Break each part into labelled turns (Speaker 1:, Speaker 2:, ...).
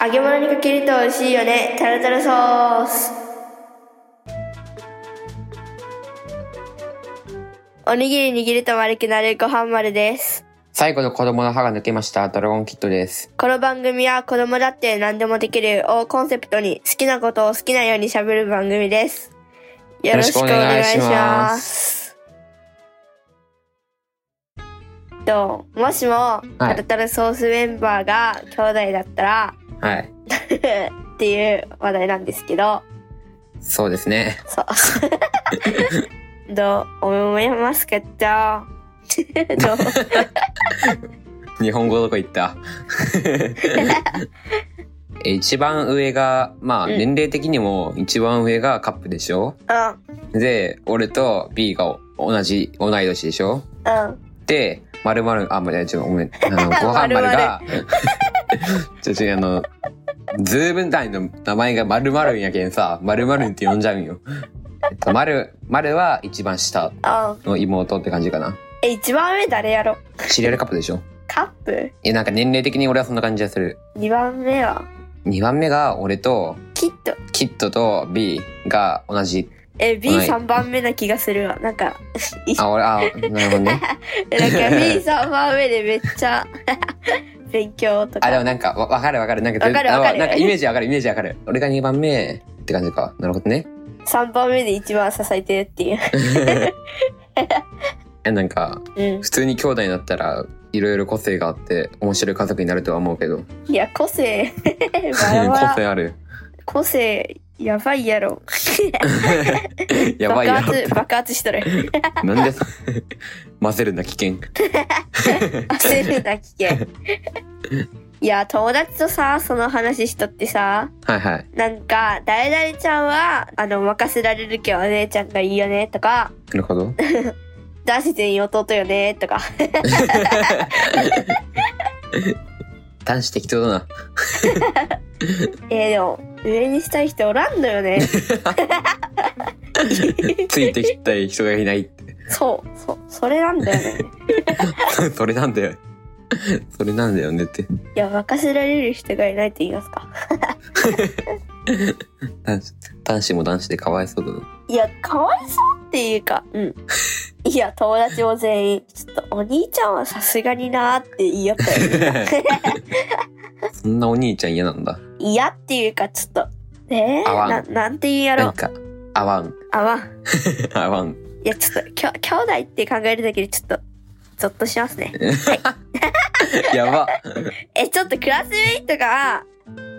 Speaker 1: 揚げ物にかけると美味しいよねタルタルソースおにぎり握ると丸くなるご飯丸です
Speaker 2: 最後の子供の歯が抜けました。ドラゴンキットです。
Speaker 1: この番組は子供だって何でもできるをコンセプトに好きなことを好きなようにしゃべる番組ですよろしくお願いし
Speaker 2: よろしくお願
Speaker 1: ま
Speaker 2: いします
Speaker 1: ともしもタルタルソースメンバーが兄弟だったら、
Speaker 2: はい。
Speaker 1: っていう話題なんですけど、
Speaker 2: そうですね。
Speaker 1: そう。どう 思いますか ど うどう
Speaker 2: 日本語どこ行った え一番上が、まあ、
Speaker 1: うん
Speaker 2: 年齢的にも一番上がカップでしょ
Speaker 1: う
Speaker 2: で、俺と B が同じ、同い年でしょ
Speaker 1: ん、うん。
Speaker 2: で、まるまる、あ、まる、ちょ、ごめん、 あの、ご飯丸が、 ちょ、ちょ、あの、ズーム単位の名前がまるまるんやけんさ、まるまるんって呼んじゃうんよ。えっと、まる、まるは一番下
Speaker 1: うん。
Speaker 2: の妹って感じかな。
Speaker 1: え、一番上誰やろ
Speaker 2: シリアルカップでしょ
Speaker 1: カップ
Speaker 2: え、なんか年齢的に俺はそんな感じがする。
Speaker 1: 二番目は
Speaker 2: 2番目が俺と、
Speaker 1: キット。
Speaker 2: キッドと B が同じ。
Speaker 1: え、B
Speaker 2: はい
Speaker 1: 三番目な気がするわ。なんか、い
Speaker 2: あ、俺、あ、なるほどね。
Speaker 1: えなんか B 三番目でめっちゃ 勉強と
Speaker 2: あ、でも
Speaker 1: か。
Speaker 2: なんか、わわかるわかる。なんか、
Speaker 1: わかるわかる
Speaker 2: あなんかイメージわかる、イメージわかる。俺が2番目って感じか。なるほどね。
Speaker 1: 三番目で一番支えてるっていう。
Speaker 2: えなんか、
Speaker 1: う
Speaker 2: 普通に兄弟になったら、いろいろ個性があって、面白い家族になるとは思うけど。
Speaker 1: ん。いや、個 性。
Speaker 2: 個
Speaker 1: バラバラ。
Speaker 2: 性ある。
Speaker 1: 個性、やばいやろ。
Speaker 2: やばいや
Speaker 1: 爆発、爆発しとる。
Speaker 2: ろ。 なんでそ、混ぜるな危険。
Speaker 1: 焦るな危険いや友達とさその話しとってさ
Speaker 2: はいはい。
Speaker 1: なんか「誰々ちゃんはあの任せられるけどお姉ちゃんがいいよね」とか
Speaker 2: なるほ ど。
Speaker 1: 「男子全員弟よね」とか
Speaker 2: 男子適当だな。
Speaker 1: えー、でも上にしたい人おらんのよね
Speaker 2: ついてきたい人がいないって。
Speaker 1: そうそうそれなんだよね
Speaker 2: それなんだよ。それなんだよねって。
Speaker 1: いや任せられる人がいないって言いますか
Speaker 2: 男子男子も男子でかわいそうだな。
Speaker 1: いやかわいそうっていうかうんいや友達も全員ちょっとお兄ちゃんはさすがになーって言いよったよ ね
Speaker 2: そんなお兄ちゃん嫌なんだ。
Speaker 1: 嫌っていうかちょっとねえ
Speaker 2: 合わん
Speaker 1: ななんて言うんや
Speaker 2: な
Speaker 1: ろ
Speaker 2: んか、合わん。
Speaker 1: あわん
Speaker 2: 合わん。
Speaker 1: いやちょっときょ兄弟って考えるだけでちょっとゾッとしますね
Speaker 2: やば。
Speaker 1: えちょっとクラスメイトが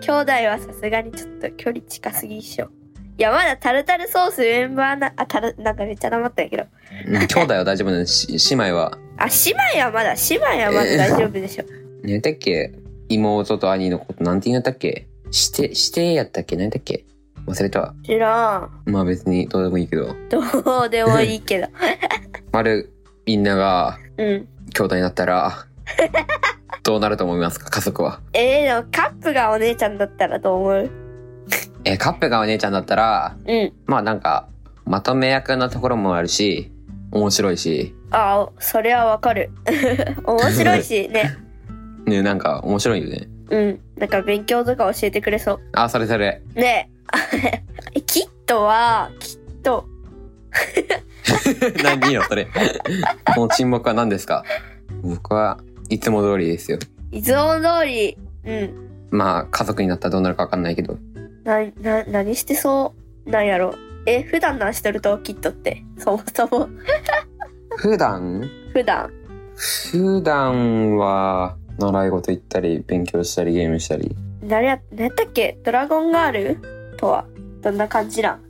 Speaker 1: 兄弟はさすがにちょっと距離近すぎっしょいやまだタルタルソースメンバーなあタルなんかめっちゃ黙ったんやけど
Speaker 2: うん兄弟は大丈夫なのし姉妹は。
Speaker 1: あ姉妹はまだ姉妹はまだ大丈夫でしょ、
Speaker 2: 何やったっけ妹と兄のことなんて言うんやったっけして、してやったっけ何やったっけ忘れたわ。
Speaker 1: 知らん
Speaker 2: まあ別にどうでもいいけど。
Speaker 1: どうでもいいけ ど
Speaker 2: まる、みんなが
Speaker 1: うん
Speaker 2: 兄弟になった ら、どうなると思いますか家族は。
Speaker 1: えー、でもカップがお姉ちゃんだったらどう思う
Speaker 2: え、カップがお姉ちゃんだったら、
Speaker 1: うん
Speaker 2: まあなんか、まとめ役なところもあるし、面白いし、
Speaker 1: あそれはわかる 面白いしね
Speaker 2: ね、なんか面白いよね。
Speaker 1: うん。なんか勉強とか教えてくれそ
Speaker 2: あ、それそれ。
Speaker 1: う。ね え。キットは、きっと、
Speaker 2: 何よ、それ。 この沈黙は何ですか僕はいつも通りですよ。
Speaker 1: いつも通り、うん。
Speaker 2: まあ、家族になったらどうなるかわかんないけど。
Speaker 1: な、な、何してそうなんやろ。え、普段何してるとキットって。そもそも、
Speaker 2: 普段
Speaker 1: 普段。
Speaker 2: 普段は、習い事行ったり、勉強したり、ゲームしたり。
Speaker 1: 誰や、何やったっけドラゴンガールとは、どんな感じなん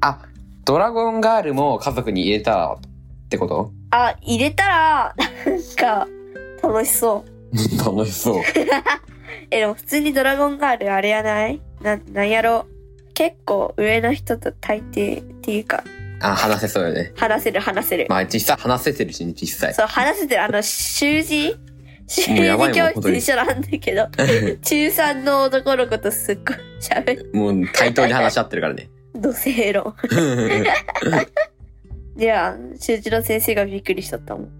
Speaker 2: あ、ドラゴンガールも家族に入れたってこと
Speaker 1: あ、入れたら、なんか、楽しそう。
Speaker 2: 楽しそう。
Speaker 1: え、でも普通にドラゴンガールあれやないな、なんやろ。結構上の人と大抵っていうか、
Speaker 2: あ、話せそうよね。
Speaker 1: 話せる話せる。
Speaker 2: まあ、実際話せてるし、ね、実際。
Speaker 1: そう、話せてる、あの、習字習
Speaker 2: もうやばいもん
Speaker 1: 字教
Speaker 2: 本
Speaker 1: 室
Speaker 2: 当に
Speaker 1: 一緒なんだけど、中3の男の子とすっごい喋る。
Speaker 2: もう対等に話し合ってるからね。
Speaker 1: 土星論。じゃあ、習字の先生がびっくりしちゃったもん。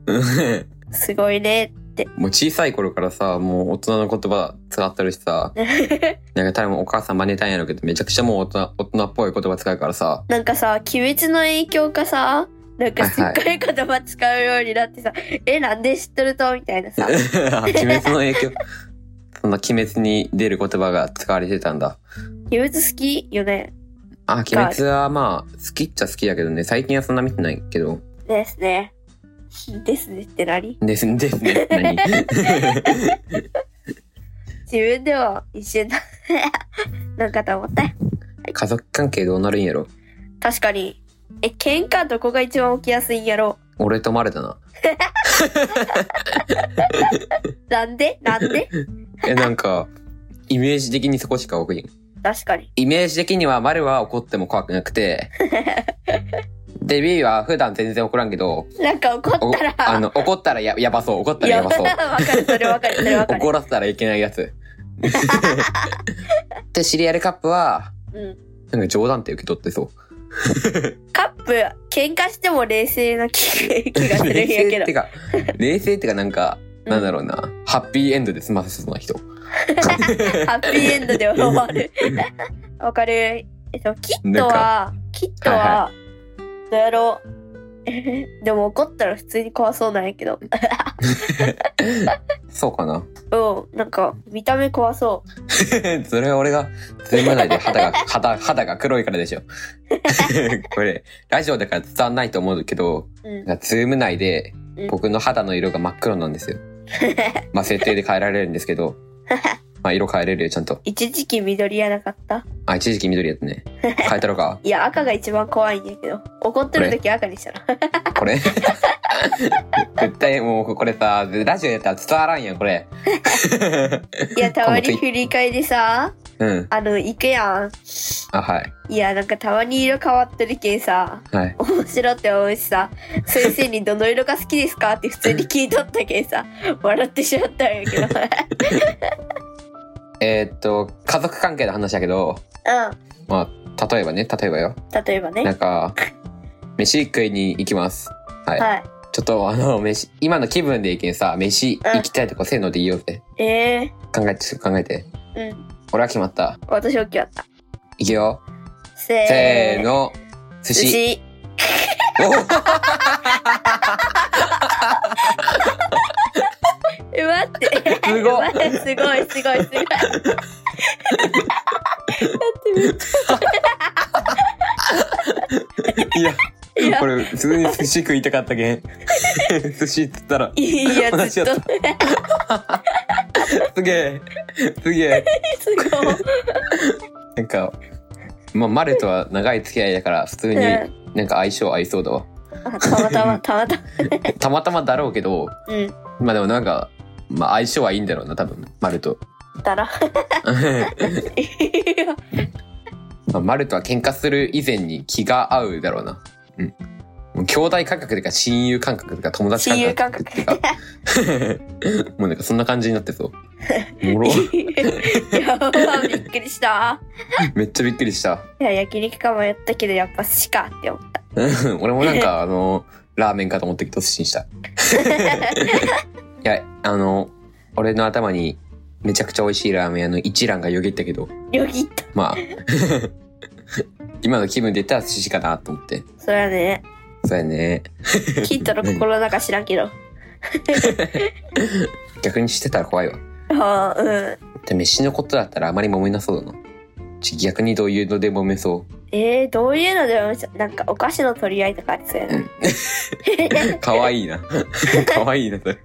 Speaker 1: すごいねっ って。
Speaker 2: もう小さい頃からさ、もう大人の言葉使ってるしさ、なんか多分お母さん真似たんやろうけど、めちゃくちゃもう大人、大人っぽい言葉使うか らさ、
Speaker 1: なんかさ、鬼滅の影響かさ、なんかすっごい言葉使うようになってさ、え、なんで知っとるとみたいなさ。
Speaker 2: 鬼滅の影響、そんな鬼滅に出る言葉が使われてたんだ。
Speaker 1: 鬼滅好きよね。
Speaker 2: あ、鬼滅はまあ、好きっちゃ好きやけどね、最近はそんな見てないけど、
Speaker 1: ですね。ですねって何
Speaker 2: ですね、ですね、何
Speaker 1: 自分でも一瞬だ。 なんかと思ったよ。
Speaker 2: 家族関係どうなるんやろ
Speaker 1: 確かに。え、喧嘩どこが一番起きやすいんやろ
Speaker 2: 俺とまれたな。
Speaker 1: なんでなん で
Speaker 2: え、なんか、イメージ的にそこしか僕に。
Speaker 1: 確かに。
Speaker 2: イメージ的には丸は怒っても怖くなく て、で、B は普段全然怒らんけど、
Speaker 1: なんか怒
Speaker 2: お
Speaker 1: ったら。
Speaker 2: あの、怒ったらややばそう、怒った
Speaker 1: い
Speaker 2: ら
Speaker 1: や、
Speaker 2: や
Speaker 1: わ
Speaker 2: ばそう。
Speaker 1: かる、それわかる、それわかる。
Speaker 2: 怒らせたらいけない やつ。で、シリアルカップは、
Speaker 1: うん。
Speaker 2: なんか冗談って受け取ってそう。
Speaker 1: カップ、喧嘩しても冷静な気気がするんやけ
Speaker 2: 冷静っ
Speaker 1: ど
Speaker 2: て。か、冷静ってかなんか、
Speaker 1: うん
Speaker 2: なんだろうな、ハッピーエンドで済ませそうな人。
Speaker 1: ハッピーエンドで終わ る。わかる。えっと、キットは、キットは、どうやろ う。でも怒ったら普通に怖そうなんやけど。
Speaker 2: そうかな。
Speaker 1: うん、なんか、見た目怖そう。
Speaker 2: それは俺が全部ないで肌が、肌、肌が黒いからでしょ。 これ、ラジオだから伝わんないと思うけど、
Speaker 1: うん。
Speaker 2: ズーム内で
Speaker 1: うん
Speaker 2: 僕の肌の色が真っ黒なんですよ。まあ設定で変えられるんですけど、まあ色変えれるよ、ちゃんと。
Speaker 1: 一時期緑やなかった
Speaker 2: あ、一時期緑やったね。変えたろか。
Speaker 1: いや、赤が一番怖いんやけど。怒ってる時赤にしたら。
Speaker 2: これ。 絶対もうこれさ、ラジオやったら伝わらんやん、これ。
Speaker 1: いや、たま
Speaker 2: 今
Speaker 1: に
Speaker 2: 度ツイ
Speaker 1: 振り返りさ、
Speaker 2: うん。
Speaker 1: あの、行くや
Speaker 2: あ、は
Speaker 1: ん。
Speaker 2: い。
Speaker 1: いや、なんかたまに色変わってるけんさ、
Speaker 2: はい。
Speaker 1: 面白って思うしさ、先生にどの色が好きですかって普通に聞いとったけんさ、笑ってしまったんや けど。
Speaker 2: えーっと、家族関係の話だけど、
Speaker 1: う
Speaker 2: まあ、例えばね、例えばよ。
Speaker 1: ん。例えばね。
Speaker 2: なんか、飯食いに行きます。はい。
Speaker 1: はい。
Speaker 2: ちょっとあの、飯、今の気分でいけんさ、飯行きたいとこせーのでいいよって。
Speaker 1: え
Speaker 2: 考えて、考えて。
Speaker 1: ー、うん。
Speaker 2: 俺は決まった。
Speaker 1: 私は決まった。
Speaker 2: いくよ。
Speaker 1: せー
Speaker 2: せー。の。
Speaker 1: 寿
Speaker 2: 寿司。
Speaker 1: 司。
Speaker 2: お
Speaker 1: え、待って。
Speaker 2: すご
Speaker 1: 待って すごい、すごい、すごい。待って
Speaker 2: いや
Speaker 1: いや、
Speaker 2: これ、普通に寿司食いたかったけん。 寿司っつったら、
Speaker 1: めっちゃ、いいや
Speaker 2: 同
Speaker 1: つ
Speaker 2: じや
Speaker 1: と。
Speaker 2: ったすげえ。すげえ。
Speaker 1: すごい。
Speaker 2: なんか、まあ、マルとは長い付き合いだから、普通に
Speaker 1: う
Speaker 2: なんか相性合いそうだわ。
Speaker 1: あた またま、たまたま。
Speaker 2: たまたまだろうけど、
Speaker 1: うん。
Speaker 2: まあでもなんか、まあ相性はいいんだろうな、多分、マ ルと。
Speaker 1: だら。いや
Speaker 2: まあ、マルとは喧嘩する以前に気が合うだろうな。うん。もう兄弟感覚とか親友感覚とか 友達
Speaker 1: 親友
Speaker 2: 感
Speaker 1: 感
Speaker 2: 覚
Speaker 1: 覚
Speaker 2: とか。 もうなんかそんな感じになってそう。おもろ
Speaker 1: やばびっくりした
Speaker 2: めっちゃびっくりした。
Speaker 1: いや焼肉かもやったけどやっぱ寿司かって思った
Speaker 2: うん俺もなんかあの、ラーメンかと思ってきて寿司にした。いや、あの、俺の頭にめちゃくちゃ美味しいラーメン屋の一蘭がよぎったけど、
Speaker 1: よぎった
Speaker 2: まあ、今の気分で言ったら寿司かなと思って。
Speaker 1: そりゃ ね
Speaker 2: そうやね。
Speaker 1: キットの心の中知らんけど
Speaker 2: 逆にしてたら怖いわ。
Speaker 1: ああうん
Speaker 2: で飯のことだったらあまり揉めなそうだな。ち逆にどういうので揉めそ
Speaker 1: えー、どういうのでもなんかお菓子の取り合いとかありそうやな
Speaker 2: う。かわ いいな。かわいいな、それ。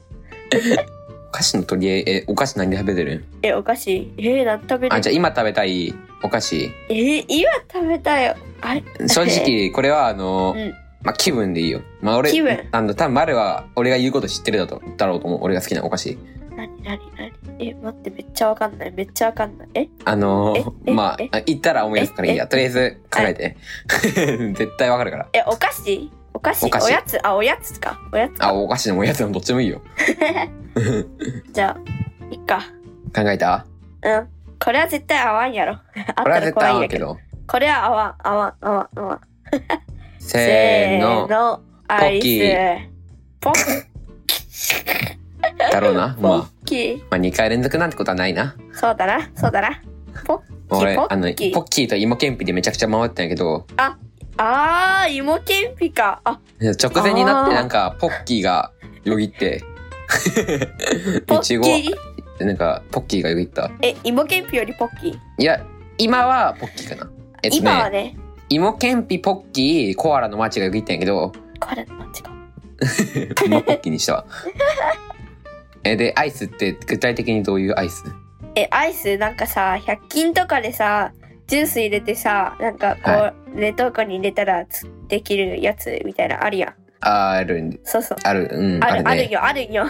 Speaker 2: お菓子の取り合い、え、お菓子何で食べてる
Speaker 1: えお菓子えー、何食べる
Speaker 2: あ、じゃあ今食べたいお菓子。
Speaker 1: えー、今食べたよあれ
Speaker 2: 正 直、これはあの、
Speaker 1: うん
Speaker 2: まあ、気分でいいよ。まあ、俺、
Speaker 1: 気分
Speaker 2: あの、多分丸は俺が言うこと知ってるだと、だろうと思う。俺が好きなお菓子。
Speaker 1: 何何何え待ってめっちゃわかんないめっちゃわかんないえ
Speaker 2: あのー
Speaker 1: ええ
Speaker 2: ま
Speaker 1: え
Speaker 2: あ、あ言ったら思い出すからいいや。
Speaker 1: え
Speaker 2: とりあえず考えて。 絶対わかるから。
Speaker 1: えお菓子お菓子
Speaker 2: お菓子
Speaker 1: やつあおやつかおやつ
Speaker 2: あ、
Speaker 1: か
Speaker 2: お菓子でもおやつでもどっちでもいいよ。
Speaker 1: じゃあいっか
Speaker 2: 考えた
Speaker 1: うん。これは絶対合わん やろ。あっ
Speaker 2: 俺
Speaker 1: た
Speaker 2: は
Speaker 1: ら
Speaker 2: 絶
Speaker 1: 怖
Speaker 2: 対
Speaker 1: いん
Speaker 2: 合
Speaker 1: や
Speaker 2: う
Speaker 1: け
Speaker 2: け
Speaker 1: ど。
Speaker 2: ど。
Speaker 1: これは合わん、合わん、合わん、合わん。
Speaker 2: せーの。
Speaker 1: の。アイ
Speaker 2: ポ
Speaker 1: ス。ポン。
Speaker 2: だろう な。
Speaker 1: ポッ
Speaker 2: まあ、
Speaker 1: キー。
Speaker 2: まあ、2回連続なんてことはないな。
Speaker 1: そうだな、そうだな。ポッキ
Speaker 2: 俺、
Speaker 1: ー、ポ
Speaker 2: あの、ポ
Speaker 1: ッキー。
Speaker 2: ッキーと芋けんぴでめちゃくちゃ回ったんやけど、
Speaker 1: あー、芋けんぴか。あ、
Speaker 2: 直前になってなんか、ポッキーがよ ぎって、
Speaker 1: ポ
Speaker 2: いち
Speaker 1: ッ
Speaker 2: ご、
Speaker 1: キー。
Speaker 2: なんか、ポッキーがよぎった。
Speaker 1: え、芋けんぴよりポッキー。
Speaker 2: いや、今はポッキーかな。えっと
Speaker 1: 今は
Speaker 2: ね、
Speaker 1: ね、
Speaker 2: 芋けんぴ、ポッキー、コアラのマーチがよぎったんやけ ど、
Speaker 1: これ、間違う。
Speaker 2: 芋ポッキーにしたわ。え、で、アイスって具体的にどういうアイス
Speaker 1: え、アイス、なんかさ、100均とかでさ、ジュース入れてさ、なんかこう、
Speaker 2: は
Speaker 1: 冷凍庫に入れたらつできるやつみたいな、あるやん。
Speaker 2: あるん、
Speaker 1: そうそう。
Speaker 2: ある、うん、
Speaker 1: あ
Speaker 2: あ
Speaker 1: る、
Speaker 2: る
Speaker 1: ある,、
Speaker 2: ね。
Speaker 1: よ、あるよ。な ん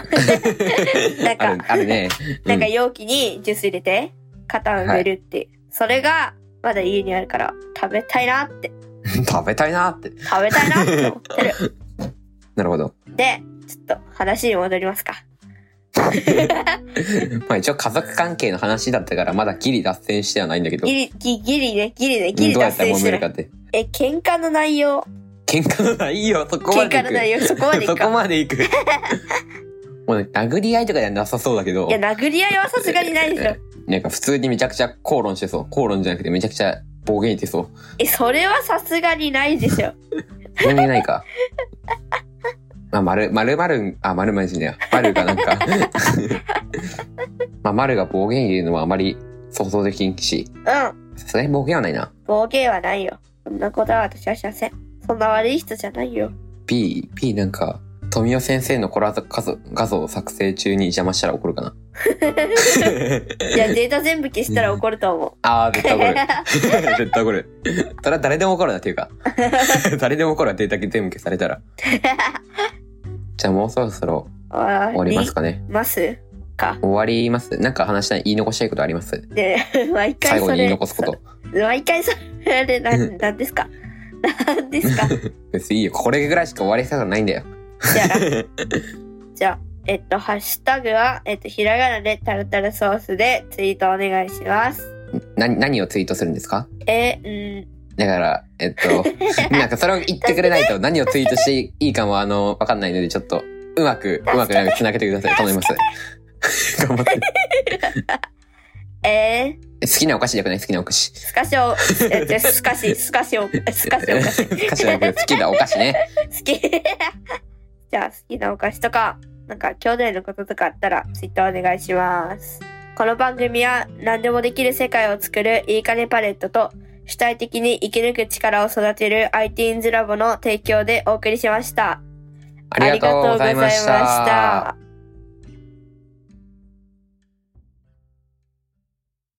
Speaker 2: あ
Speaker 1: か
Speaker 2: る、あるね。う
Speaker 1: なん
Speaker 2: ん
Speaker 1: か容器にジュース入れて、型を埋めるっていう。それが、まだ家にあるから、食べたいなって、
Speaker 2: 食べたいなって。
Speaker 1: 食べたいなって思って る。
Speaker 2: なるほど。
Speaker 1: で、ちょっと話に戻りますか。
Speaker 2: まあ一応家族関係の話だったからまだギリ脱線してはないんだけど。
Speaker 1: ギリ、ギギリね、ギリね、ギ
Speaker 2: うん
Speaker 1: リ
Speaker 2: どうや
Speaker 1: 脱
Speaker 2: ったら
Speaker 1: 線
Speaker 2: 揉
Speaker 1: し
Speaker 2: め
Speaker 1: て
Speaker 2: る
Speaker 1: な
Speaker 2: か
Speaker 1: い。
Speaker 2: って。
Speaker 1: え、喧嘩の内容。
Speaker 2: 喧嘩のないよ、そこま
Speaker 1: 喧嘩
Speaker 2: で行
Speaker 1: の
Speaker 2: く。
Speaker 1: 内容、そこまでい
Speaker 2: そ
Speaker 1: く
Speaker 2: こ
Speaker 1: か。
Speaker 2: ま で行く。もう殴り合いとかじゃなさそうだけど
Speaker 1: いや、、殴り合いはさすがにないでしょ。
Speaker 2: なんか普通にめちゃくちゃ口論してそう。口論じゃなくてめちゃくちゃ暴言言ってそう。
Speaker 1: え、それはさすがにないでしょ。
Speaker 2: 全然な いか。まあ、丸、丸丸、あ、丸丸じゃねえや。丸がなんか。 まあ、丸が暴言言うのはあまり想像できんし、
Speaker 1: うん。
Speaker 2: さすがに暴言はないな。
Speaker 1: 暴言はないよ。そんなことは私はしません。そんな悪い人じゃないよ。
Speaker 2: P、P なんか、富尾先生のコラ画像画像作成中に邪魔したら怒 るかな。
Speaker 1: いや、データ全部消したら怒ると思う。
Speaker 2: ああ、絶対怒 る。絶対怒る。それは誰でも怒るなっていうか。誰でも怒るなデータ全部消されたら。じゃあもうそろそろ
Speaker 1: 終
Speaker 2: 終わりますかね。
Speaker 1: ますか。
Speaker 2: 終わりますなんか話したい、言い残したいことあります
Speaker 1: で、毎回
Speaker 2: 最
Speaker 1: それ。
Speaker 2: 後に言い残すこと。
Speaker 1: 毎回それ、あ れ、な
Speaker 2: うん
Speaker 1: ん、なんですかなんですか
Speaker 2: 別にいいよ。これぐらいしか終わりたくないんだよ。
Speaker 1: じゃあ、じゃあ、えっと、ハッシュタグは、えっと、ひらがなでタルタルソースでツイートお願いします。
Speaker 2: な、何をツイートするんですか
Speaker 1: え、うん、
Speaker 2: だから、え っと、なんかそれを言ってくれないと何をツイートしていいかもあの、わかんないので、ちょっと、うまく、うまく繋げてください。頼みます。 頑張って。
Speaker 1: えー、
Speaker 2: 好きなお菓子じゃなくない好きなお菓子。
Speaker 1: スカショウ、え、じゃ あスカシ、スカショウ、スカショウお菓子。
Speaker 2: お菓子じゃなくて好きなお菓子ね。
Speaker 1: 好き。 じゃあ、好きなお菓子とか、なんか、兄弟のこととかあったら、ツイッターお願いします。この番組は、何でもできる世界を作るいいかねパレットと、主体的に生き抜く力を育てる iTeens ラボの提供でお送りしました。
Speaker 2: ありがとうございました。
Speaker 1: ありがとうございました